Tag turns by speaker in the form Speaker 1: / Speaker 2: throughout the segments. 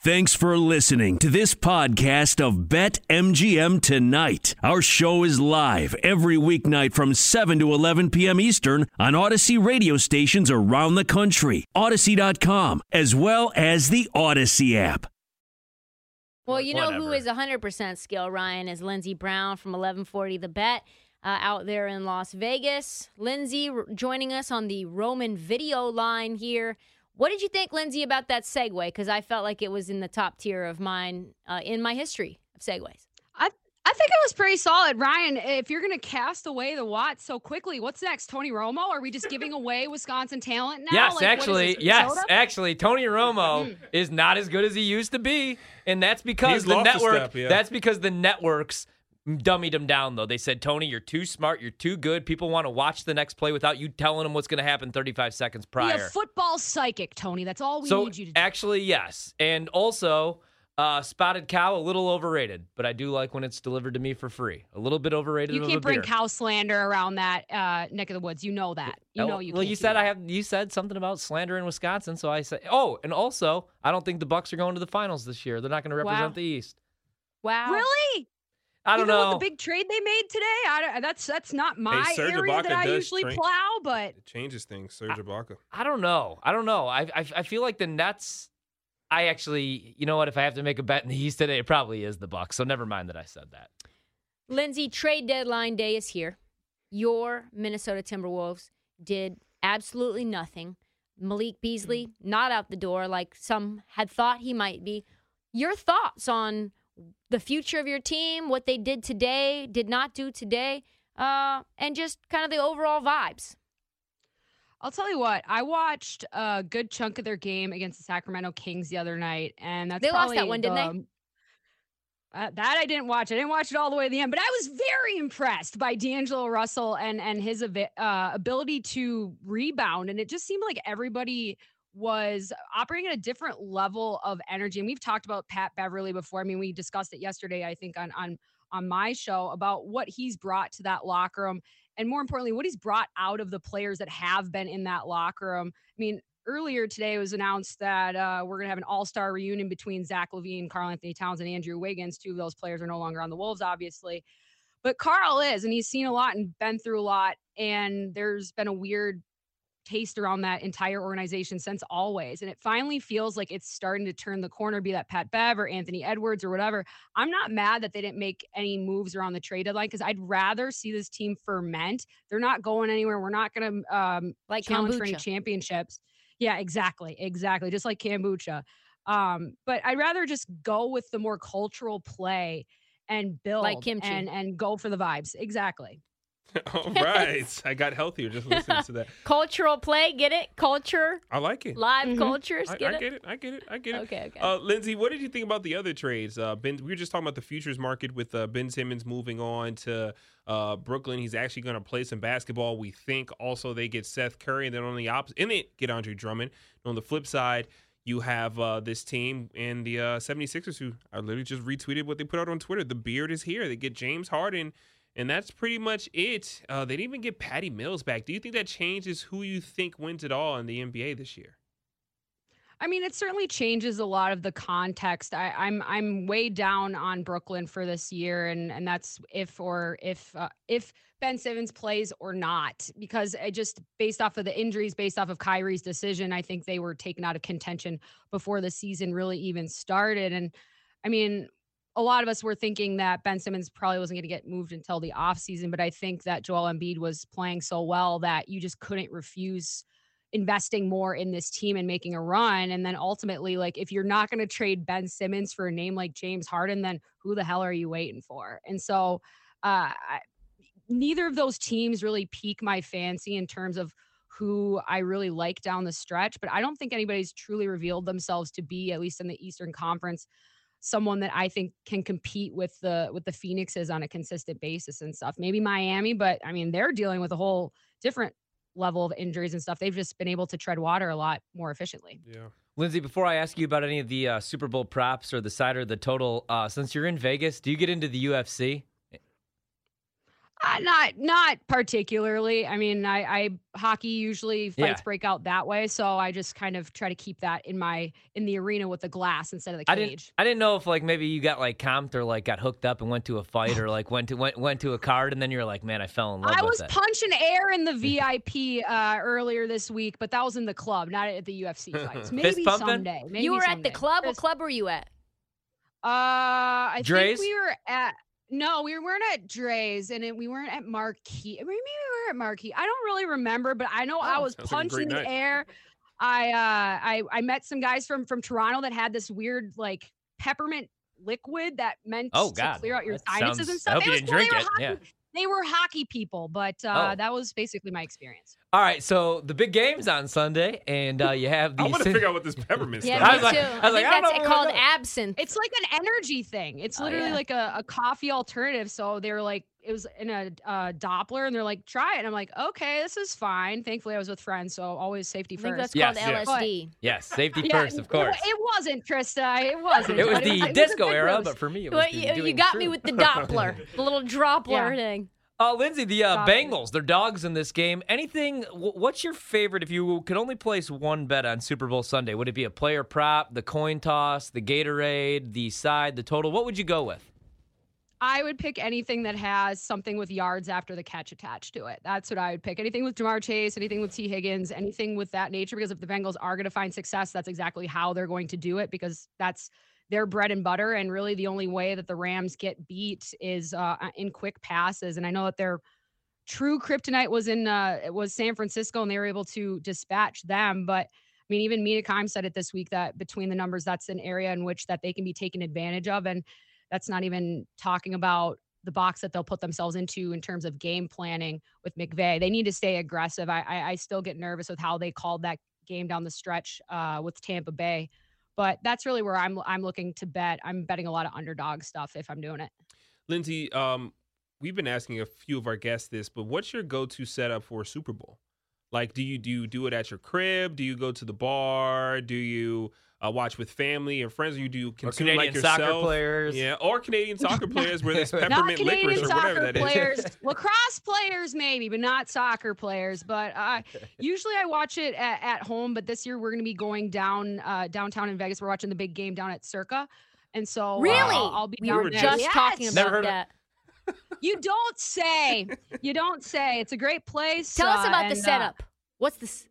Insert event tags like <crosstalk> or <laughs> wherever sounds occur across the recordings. Speaker 1: Thanks for listening to this podcast of Bet MGM Tonight. Our show is live every weeknight from 7 to 11 p.m. Eastern on Odyssey radio stations around the country, Odyssey.com, as well as the Odyssey app.
Speaker 2: Well,
Speaker 3: Or
Speaker 2: you know who
Speaker 3: whatever.
Speaker 2: is 100% skill, Ryan, is Lindsey Brown from 1140 The Bet uh, out there in Las Vegas. Lindsey r- joining us on the Roman video line here. What did you think, Lindsey, about that segue? Because I felt like it was in the top tier of mine uh, in my history of segues.
Speaker 4: I I think it was pretty solid, Ryan. If you're gonna cast away the Watts so quickly, what's next? Tony Romo? Are we just
Speaker 3: <laughs>
Speaker 4: giving away Wisconsin talent now? Like,
Speaker 3: Yes,
Speaker 4: what is
Speaker 3: actually,
Speaker 4: this, Hmm.
Speaker 3: yes,
Speaker 4: Minnesota?
Speaker 3: actually, Tony Romo is not as good as he used to be, and that's because
Speaker 5: He's
Speaker 3: the
Speaker 5: lost a
Speaker 3: network.
Speaker 5: step, yeah.
Speaker 3: That's because the networks dummied him down. Though they said, Tony, you're too smart, you're too good. People want to watch the next play without you telling them what's going to happen 35 seconds prior.
Speaker 4: Be a football psychic, Tony. That's all we
Speaker 3: so
Speaker 4: need you to do.
Speaker 3: actually, yes, and also. Uh, spotted cow, a little overrated, but I do like when it's delivered to me for free. A little bit overrated.
Speaker 4: You
Speaker 3: of a
Speaker 4: can't bring
Speaker 3: beer.
Speaker 4: cow slander around that uh, neck of the woods. You know that. You
Speaker 3: Oh,
Speaker 4: know you.
Speaker 3: Well,
Speaker 4: can't
Speaker 3: you
Speaker 4: do
Speaker 3: said
Speaker 4: that.
Speaker 3: I have. You said something about slander in Wisconsin, so I said. Oh, and also, I don't think the Bucks are going to the finals this year. They're not going to represent
Speaker 2: Wow.
Speaker 3: the East.
Speaker 2: Wow.
Speaker 4: Really?
Speaker 3: I don't
Speaker 4: Even
Speaker 3: know.
Speaker 4: With the big trade they made today, I don't, that's that's not my
Speaker 5: Serge
Speaker 4: area
Speaker 5: Ibaka
Speaker 4: that I
Speaker 5: does
Speaker 4: usually
Speaker 5: train-
Speaker 4: plow, but
Speaker 5: It changes things. Serge Ibaka.
Speaker 3: I don't know. I don't know. I, I I feel like the Nets. I actually, you know what? If I have to make a bet in the East today, it probably is the Bucks. So never mind that I said that.
Speaker 2: Lindsay, trade deadline day is here. Your Minnesota Timberwolves did absolutely nothing. Malik Beasley not out the door like some had thought he might be. Your thoughts on the future of your team, what they did today, did not do today, uh, and just kind of the overall vibes.
Speaker 4: I'll tell you what. I watched a good chunk of their game against the Sacramento Kings the other night, and that's
Speaker 2: They lost that
Speaker 4: probably
Speaker 2: one, didn't they?
Speaker 4: the- Uh, that I didn't watch. I didn't watch it all the way to the end, but I was very impressed by D'Angelo Russell and and his avi- uh, ability to rebound. And it just seemed like everybody was operating at a different level of energy. And we've talked about Pat Beverly before. I mean, we discussed it yesterday, I think, on on on my show about what he's brought to that locker room and more importantly, what he's brought out of the players that have been in that locker room. I mean, earlier today it was announced that uh, we're going to have an all-star reunion between Zach Levine, Carl Anthony Towns, and Andrew Wiggins. Two of those players are no longer on the Wolves, obviously. But Carl is, and he's seen a lot and been through a lot. And there's been a weird taste around that entire organization since always. And it finally feels like it's starting to turn the corner, be that Pat Bev or Anthony Edwards or whatever. I'm not mad that they didn't make any moves around the trade deadline because I'd rather see this team ferment. They're not going anywhere. We're not going to um,
Speaker 2: Like
Speaker 4: challenge for any
Speaker 2: kombucha.
Speaker 4: championships. Yeah, exactly. Exactly. Just like kombucha. Um, but I'd rather just go with the more cultural play and build
Speaker 2: kimchi.
Speaker 4: and and go for the vibes. Exactly.
Speaker 5: <laughs> All right. I got healthier just listening to that.
Speaker 2: Cultural play, get it? Culture,
Speaker 5: I like it.
Speaker 2: live
Speaker 4: Mhm.
Speaker 2: cultures,
Speaker 5: I,
Speaker 2: get
Speaker 5: I
Speaker 2: it?
Speaker 5: get it. I get it. I get it.
Speaker 2: Okay, okay.
Speaker 5: Uh, Lindsay, what did you think about the other trades? Uh, ben, we were just talking about the futures market with uh, Ben Simmons moving on to uh, Brooklyn. He's actually going to play some basketball. We think also they get Seth Curry, and then on the opposite, and they get Andre Drummond. And on the flip side, you have uh, this team and the uh, 76ers who I literally just retweeted what they put out on Twitter. The beard is here. They get James Harden. And that's pretty much it. Uh, they didn't even get Patty Mills back. Do you think that changes who you think wins it all in the NBA this year?
Speaker 4: I mean, it certainly changes a lot of the context. I, I'm I'm way down on Brooklyn for this year, and and that's if or if uh, if Ben Simmons plays or not, because I just based off of the injuries, based off of Kyrie's decision, I think they were taken out of contention before the season really even started. And I mean, a lot of us were thinking that Ben Simmons probably wasn't going to get moved until the offseason, but I think that Joel Embiid was playing so well that you just couldn't refuse investing more in this team and making a run. And then ultimately, like if you're not going to trade Ben Simmons for a name like James Harden, then who the hell are you waiting for? And so, uh, I, neither of those teams really pique my fancy in terms of who I really like down the stretch. But I don't think anybody's truly revealed themselves to be, at least in the Eastern Conference someone that I think can compete with the with the Phoenixes on a consistent basis and stuff. Maybe Miami, but I mean they're dealing with a whole different level of injuries and stuff. They've just been able to tread water a lot more efficiently.
Speaker 5: Yeah.
Speaker 3: Lindsay, before I ask you about any of the uh, Super Bowl props or the side or the total, uh, since you're in Vegas, do you get into the UFC?
Speaker 4: Uh, not not particularly. I mean, I, I hockey usually fights
Speaker 3: Yeah.
Speaker 4: break out that way, so I just kind of try to keep that in my in the arena with the glass instead of the
Speaker 3: I didn't.
Speaker 4: cage.
Speaker 3: I didn't know if like maybe you got like comped or like got hooked up and went to a fight or like went to went went to a card and then you're like, man, I fell in love
Speaker 4: I,
Speaker 3: with
Speaker 4: was
Speaker 3: it.
Speaker 4: punching air in
Speaker 3: <laughs>
Speaker 4: the VIP uh, earlier this week, but that was in the club, not at the UFC
Speaker 3: <laughs>
Speaker 4: fights. Maybe
Speaker 3: pumping?
Speaker 4: someday. Maybe
Speaker 2: you were at the
Speaker 4: someday.
Speaker 2: club. What
Speaker 4: Fist-
Speaker 2: club were you at?
Speaker 4: Uh, I
Speaker 3: Dre's?
Speaker 4: think we were at. No, we weren't at Dre's, and it, we weren't at Marquee. Maybe we were at Marquee. I don't really remember, but I know I
Speaker 5: Oh,
Speaker 4: was
Speaker 5: sounds like a
Speaker 4: punching
Speaker 5: great
Speaker 4: the
Speaker 5: night.
Speaker 4: air. I uh, I I met some guys from from Toronto that had this weird like peppermint liquid that meant
Speaker 3: Oh
Speaker 4: to
Speaker 3: God,
Speaker 4: clear out your
Speaker 3: That
Speaker 4: sinuses
Speaker 3: sounds-
Speaker 4: and
Speaker 3: I
Speaker 4: stuff.
Speaker 3: hope
Speaker 4: It
Speaker 3: you
Speaker 4: was
Speaker 3: didn't
Speaker 4: cool. They
Speaker 3: drink
Speaker 4: were
Speaker 3: it. Yeah.
Speaker 4: hockey- They were hockey people, but uh,
Speaker 3: Oh.
Speaker 4: that was basically my experience.
Speaker 3: All right, so the big game's on Sunday, and uh, you have the.
Speaker 5: <laughs> I want to
Speaker 3: Cin-
Speaker 5: figure out what this peppermint
Speaker 2: Yeah, me
Speaker 5: stuff
Speaker 3: I was
Speaker 5: is.
Speaker 3: like-
Speaker 2: too.
Speaker 3: I
Speaker 2: I,
Speaker 3: was like,
Speaker 2: think
Speaker 3: I
Speaker 2: that's
Speaker 3: don't know
Speaker 2: it
Speaker 3: what
Speaker 2: called
Speaker 3: I know.
Speaker 2: absinthe.
Speaker 4: It's like an energy thing. It's
Speaker 3: Oh,
Speaker 4: literally
Speaker 3: yeah.
Speaker 4: like a, a coffee alternative. So they were like, it was in a uh, Doppler, and they're like, try it. And I'm like, okay, this is fine. Thankfully, I was with friends, so always safety
Speaker 2: I think
Speaker 4: first.
Speaker 2: that's
Speaker 3: Yes,
Speaker 2: called
Speaker 3: yes.
Speaker 2: LSD.
Speaker 3: yes, safety
Speaker 4: <laughs> Yeah,
Speaker 3: first,
Speaker 4: n-
Speaker 3: of course.
Speaker 4: It, wasn't Trista. It wasn't.
Speaker 3: <laughs> It was
Speaker 4: but
Speaker 3: the
Speaker 4: it was a
Speaker 3: disco
Speaker 4: big
Speaker 3: era,
Speaker 4: rose.
Speaker 3: but for me, it was
Speaker 2: Well,
Speaker 3: the
Speaker 2: you, you
Speaker 3: doing
Speaker 2: got
Speaker 3: fruit.
Speaker 2: me with
Speaker 3: <laughs>
Speaker 2: the Doppler, the little droppler
Speaker 4: Yeah.
Speaker 2: thing.
Speaker 3: Uh, Lindsay, the uh,
Speaker 4: Stop it.
Speaker 3: Bengals, they're dogs in this game. Anything, wh- what's your favorite if you could only place one bet on Super Bowl Sunday? Would it be a player prop, the coin toss, the Gatorade, the side, the total? What would you go with?
Speaker 4: I would pick anything that has something with yards after the catch attached to it. That's what I would pick. Anything with Jamar Chase, anything with T. Higgins, anything with that nature. Because if the Bengals are going to find success, that's exactly how they're going to do it. Because that's their bread and butter, and really the only way that the Rams get beat is uh, uh, in quick passes. And I know that their true kryptonite was in uh, it was San Francisco, and they were able to dispatch them, but. I mean, even Mina Kimes said it this week that between the numbers, that's an area in which that they can be taken advantage of. And that's not even talking about the box that they'll put themselves into in terms of game planning with McVay. They need to stay aggressive. I I, I still get nervous with how they called that game down the stretch uh, with Tampa Bay, but that's really where I'm I'm looking to bet. I'm betting a lot of underdog stuff if I'm doing it.
Speaker 5: Lindsay, um, we've been asking a few of our guests this, but what's your go-to setup for a Super Bowl? Like, do you do you do it at your crib? Do you go to the bar? Do you uh, watch with family and friends? Or you do
Speaker 3: Or
Speaker 5: consume
Speaker 3: Canadian
Speaker 5: like yourself?
Speaker 3: soccer players?
Speaker 5: Yeah, or Canadian soccer players where there's <laughs>
Speaker 4: Not
Speaker 5: peppermint
Speaker 4: Canadian
Speaker 5: licorice or whatever
Speaker 4: soccer
Speaker 5: that is.
Speaker 4: players, lacrosse players maybe, but not soccer players. But uh, usually I watch it at, at home. But this year we're going to be going down uh, downtown in Vegas. We're watching the big game down at Circa, and so uh,
Speaker 2: Really?
Speaker 4: I'll, I'll be
Speaker 2: we
Speaker 4: down
Speaker 2: were
Speaker 4: there.
Speaker 2: just talking
Speaker 4: Yes!
Speaker 2: about
Speaker 3: Never heard of
Speaker 2: that.
Speaker 4: You
Speaker 2: <laughs>
Speaker 4: don't say. You don't say. It's a great place.
Speaker 2: Tell us
Speaker 4: uh,
Speaker 2: about the
Speaker 4: and, uh,
Speaker 2: setup. What's the s-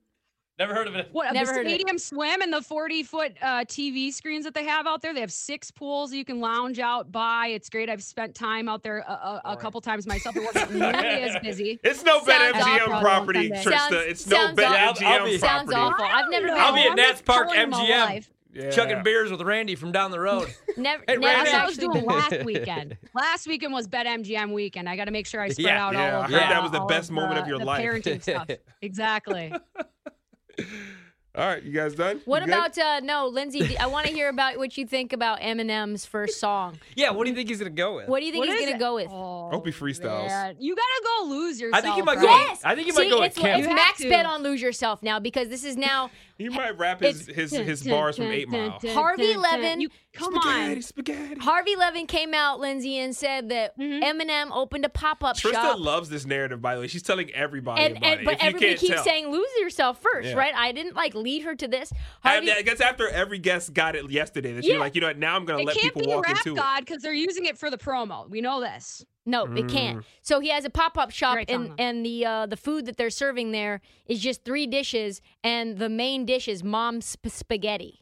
Speaker 3: Never heard of it.
Speaker 4: what
Speaker 2: Never
Speaker 4: the
Speaker 2: heard of it.
Speaker 4: stadium swim and the 40 foot uh, TV screens that they have out there. They have six pools you can lounge out by. It's great. I've spent time out there a, a, a couple times myself.
Speaker 5: <laughs>
Speaker 4: It wasn't nearly as busy.
Speaker 5: <laughs> It's no bet
Speaker 2: Sounds awful
Speaker 5: MGM
Speaker 4: on
Speaker 5: property,
Speaker 4: Sunday.
Speaker 5: Trista.
Speaker 2: Sounds-
Speaker 5: it's no
Speaker 2: sounds
Speaker 5: bet
Speaker 3: awful. I'll be-
Speaker 5: MGM
Speaker 2: sounds
Speaker 5: property.
Speaker 2: awful. I've never been.
Speaker 3: I'll be
Speaker 2: there.
Speaker 3: at Nats Park MGM.
Speaker 4: MGM.
Speaker 5: Yeah.
Speaker 3: Chugging beers with Randy from down the road.
Speaker 5: <laughs>
Speaker 2: Never.
Speaker 3: Hey,
Speaker 2: never
Speaker 4: That's
Speaker 3: Randy.
Speaker 4: what I was
Speaker 2: actually
Speaker 4: doing
Speaker 3: <laughs>
Speaker 2: been.
Speaker 4: last weekend. Last weekend was Bet MGM weekend. I got to make sure I spread
Speaker 3: Yeah,
Speaker 4: out
Speaker 5: yeah,
Speaker 4: all
Speaker 5: I
Speaker 4: of
Speaker 5: heard that
Speaker 4: uh,
Speaker 5: was the
Speaker 4: all
Speaker 5: best moment of
Speaker 4: the-
Speaker 5: your
Speaker 4: the
Speaker 5: life. <laughs>
Speaker 4: Parenting stuff. Exactly.
Speaker 5: All right, you guys done?
Speaker 2: What
Speaker 5: You good?
Speaker 2: about uh, no, Lindsay? d- I want to hear about what you think about Eminem's first song.
Speaker 3: yeah, what do you think he's going to go with?
Speaker 2: What do you think
Speaker 4: What
Speaker 2: he's
Speaker 4: is
Speaker 2: gonna
Speaker 4: it?
Speaker 2: go with?
Speaker 4: Oh,
Speaker 5: Hope he freestyles.
Speaker 4: man. You gotta go lose
Speaker 3: I
Speaker 4: yourself.
Speaker 3: think he might go.
Speaker 4: right?
Speaker 2: Yes!
Speaker 3: I think he might
Speaker 2: See,
Speaker 3: go with
Speaker 2: it's, it's
Speaker 3: Kim.
Speaker 4: You
Speaker 2: Max
Speaker 4: have to.
Speaker 2: bet on lose yourself now because this is now
Speaker 5: He might rap his
Speaker 2: <laughs>
Speaker 5: his, his bars from Eight Mile.
Speaker 2: Harvey Levin-
Speaker 4: You, come
Speaker 5: spaghetti,
Speaker 4: on.
Speaker 5: spaghetti.
Speaker 2: Harvey Levin came out, Lindsay, and said that Eminem opened a pop up
Speaker 5: Trista
Speaker 2: shop.
Speaker 5: loves this narrative, by the way. She's telling everybody
Speaker 2: and,
Speaker 5: about
Speaker 2: and
Speaker 5: it.
Speaker 2: but
Speaker 5: if you
Speaker 2: everybody
Speaker 5: can't
Speaker 2: keeps
Speaker 5: tell.
Speaker 2: saying lose yourself first,
Speaker 5: Yeah.
Speaker 2: right? I didn't like lead her to this.
Speaker 5: I,
Speaker 2: Harvey,
Speaker 5: I guess after every guest got it yesterday, that
Speaker 2: Yeah.
Speaker 5: you're like, you know what? Now I'm gonna
Speaker 4: It
Speaker 5: let
Speaker 4: can't
Speaker 5: people
Speaker 4: be
Speaker 5: walk
Speaker 4: rap
Speaker 5: into it.
Speaker 4: god because they're using it for the promo. We know this.
Speaker 2: no, they
Speaker 5: Mm.
Speaker 2: can't. So he has a pop up shop,
Speaker 4: Great
Speaker 2: and
Speaker 4: song, though.
Speaker 2: and the uh, the food that they're serving there is just three dishes, and the main dish is mom's sp- spaghetti.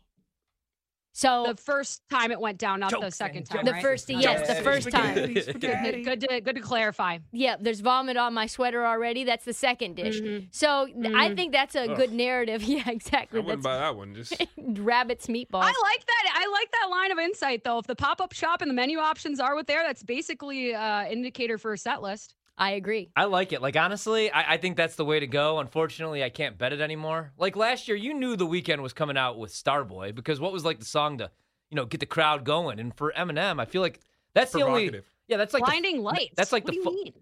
Speaker 2: So
Speaker 4: The first time it went down, not the
Speaker 3: Jokes
Speaker 4: second
Speaker 3: and
Speaker 4: time.
Speaker 3: jokes.
Speaker 2: Oh. The
Speaker 4: right?
Speaker 2: first- yes, the
Speaker 5: Spaghetti,
Speaker 2: first time.
Speaker 5: spaghetti,
Speaker 4: Good,
Speaker 5: spaghetti.
Speaker 4: good to good to clarify.
Speaker 2: Yeah, there's vomit on my sweater already. That's the second dish.
Speaker 4: Mm-hmm.
Speaker 2: So th- I think that's a good narrative. <laughs> Yeah,
Speaker 5: I
Speaker 2: exactly.
Speaker 5: wouldn't
Speaker 2: That's
Speaker 5: buy that
Speaker 2: <laughs>
Speaker 5: one. Just
Speaker 2: rabbits meatballs.
Speaker 4: I like that. I like that line of insight though. If the pop up shop and the menu options are what there, that's basically uh, indicator for a set list.
Speaker 2: I agree.
Speaker 3: <laughs> I like it. Like honestly, I, I think that's the way to go. Unfortunately, I can't bet it anymore. Like last year, you knew the weekend was coming out with Starboy because what was like the song to, you know, get the crowd going. And for Eminem, I feel like that's the only.
Speaker 5: Provocative.
Speaker 3: Yeah, that's like the-
Speaker 4: Blinding lights.
Speaker 3: That's like
Speaker 4: what
Speaker 3: the
Speaker 4: do
Speaker 3: fu-
Speaker 4: you mean?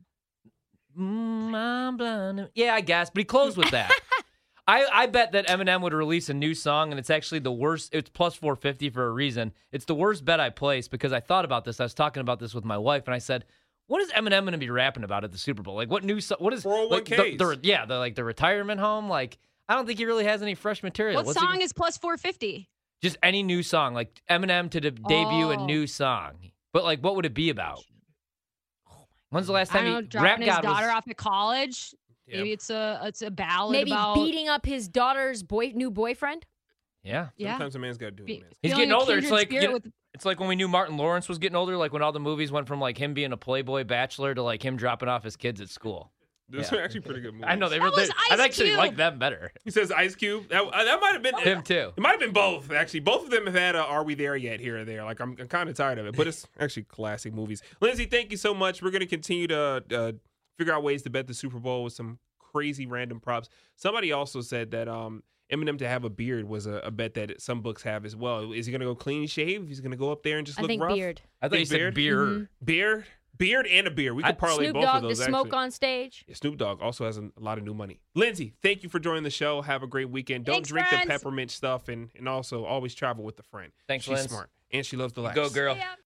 Speaker 3: Mm, I'm blind. Yeah, I guess. But he closed with that. I, I bet that Eminem would release a new song, and it's actually the worst. It's plus 450 for a reason. It's the worst bet I placed because I thought about this. I was talking about this with my wife, and I said, What is Eminem going to be rapping about at the Super Bowl? Like, what new? so- What is like, the,
Speaker 5: 401ks.
Speaker 3: the, yeah, the like the retirement home. Like, I don't think he really has any fresh material.
Speaker 4: What
Speaker 3: What's he
Speaker 4: song
Speaker 3: gonna-
Speaker 4: is plus 450?
Speaker 3: just any new song, like Eminem to de- debut a
Speaker 4: Oh.
Speaker 3: new song. But like, what would it be about? When's the last
Speaker 4: I
Speaker 3: time
Speaker 4: don't know,
Speaker 3: he rap
Speaker 4: dropping his
Speaker 3: god was-
Speaker 4: daughter off at college.
Speaker 5: Yeah.
Speaker 4: Maybe it's a it's a ballad
Speaker 2: Maybe
Speaker 4: about
Speaker 2: beating up his daughter's boy new boyfriend.
Speaker 3: Yeah,
Speaker 4: yeah.
Speaker 5: Sometimes a man's got to do
Speaker 4: Be-
Speaker 2: <laughs>
Speaker 5: it, man.
Speaker 3: He's
Speaker 4: feeling
Speaker 3: getting
Speaker 4: a
Speaker 3: older. It's
Speaker 4: kindred
Speaker 3: like, you
Speaker 4: spirit
Speaker 3: know-
Speaker 4: with-
Speaker 3: it's like when we knew Martin Lawrence was getting older. Like when all the movies went from like him being a playboy bachelor to like him dropping off his kids at school.
Speaker 5: Those
Speaker 3: Yeah.
Speaker 5: are actually pretty good movies.
Speaker 3: I know they
Speaker 4: That
Speaker 3: were. they-
Speaker 4: was
Speaker 3: I
Speaker 4: Ice
Speaker 3: actually
Speaker 4: Cube.
Speaker 3: like
Speaker 4: <laughs>
Speaker 3: them better.
Speaker 5: He says Ice Cube. That, uh, that might have been
Speaker 3: Him too.
Speaker 5: It might have been both, actually. Both of them have had a Are We There Yet here or there. Like, I'm, I'm kind of tired of it, but it's actually classic movies. Lindsay, thank you so much. We're going to continue to uh, figure out ways to bet the Super Bowl with some crazy random props. Somebody also said that um, Eminem to have a beard was a, a bet that some books have as well. Is he going to go clean shave? He's going to go up there and just
Speaker 2: I
Speaker 5: look
Speaker 2: think
Speaker 5: rough?
Speaker 2: beard.
Speaker 3: I thought
Speaker 5: Big
Speaker 3: you said
Speaker 5: beard?
Speaker 3: beer.
Speaker 4: Mm-hmm.
Speaker 2: Mhm.
Speaker 5: Beard? Beard and a beard. We
Speaker 3: I-
Speaker 5: could parlay
Speaker 2: Snoop
Speaker 5: both of
Speaker 2: Dogg to
Speaker 5: those,
Speaker 2: smoke
Speaker 5: actually.
Speaker 2: on stage.
Speaker 5: Yeah, Snoop Dogg also has a, a lot of new money. Lindsay, thank you for joining the show. Have a great weekend. Don't
Speaker 4: Thanks,
Speaker 5: drink
Speaker 4: friends.
Speaker 5: the peppermint stuff and, and also always travel with a friend.
Speaker 3: Thanks,
Speaker 5: She's
Speaker 3: Linz.
Speaker 5: smart and she loves the laughs.
Speaker 3: Go girl.
Speaker 4: Yeah.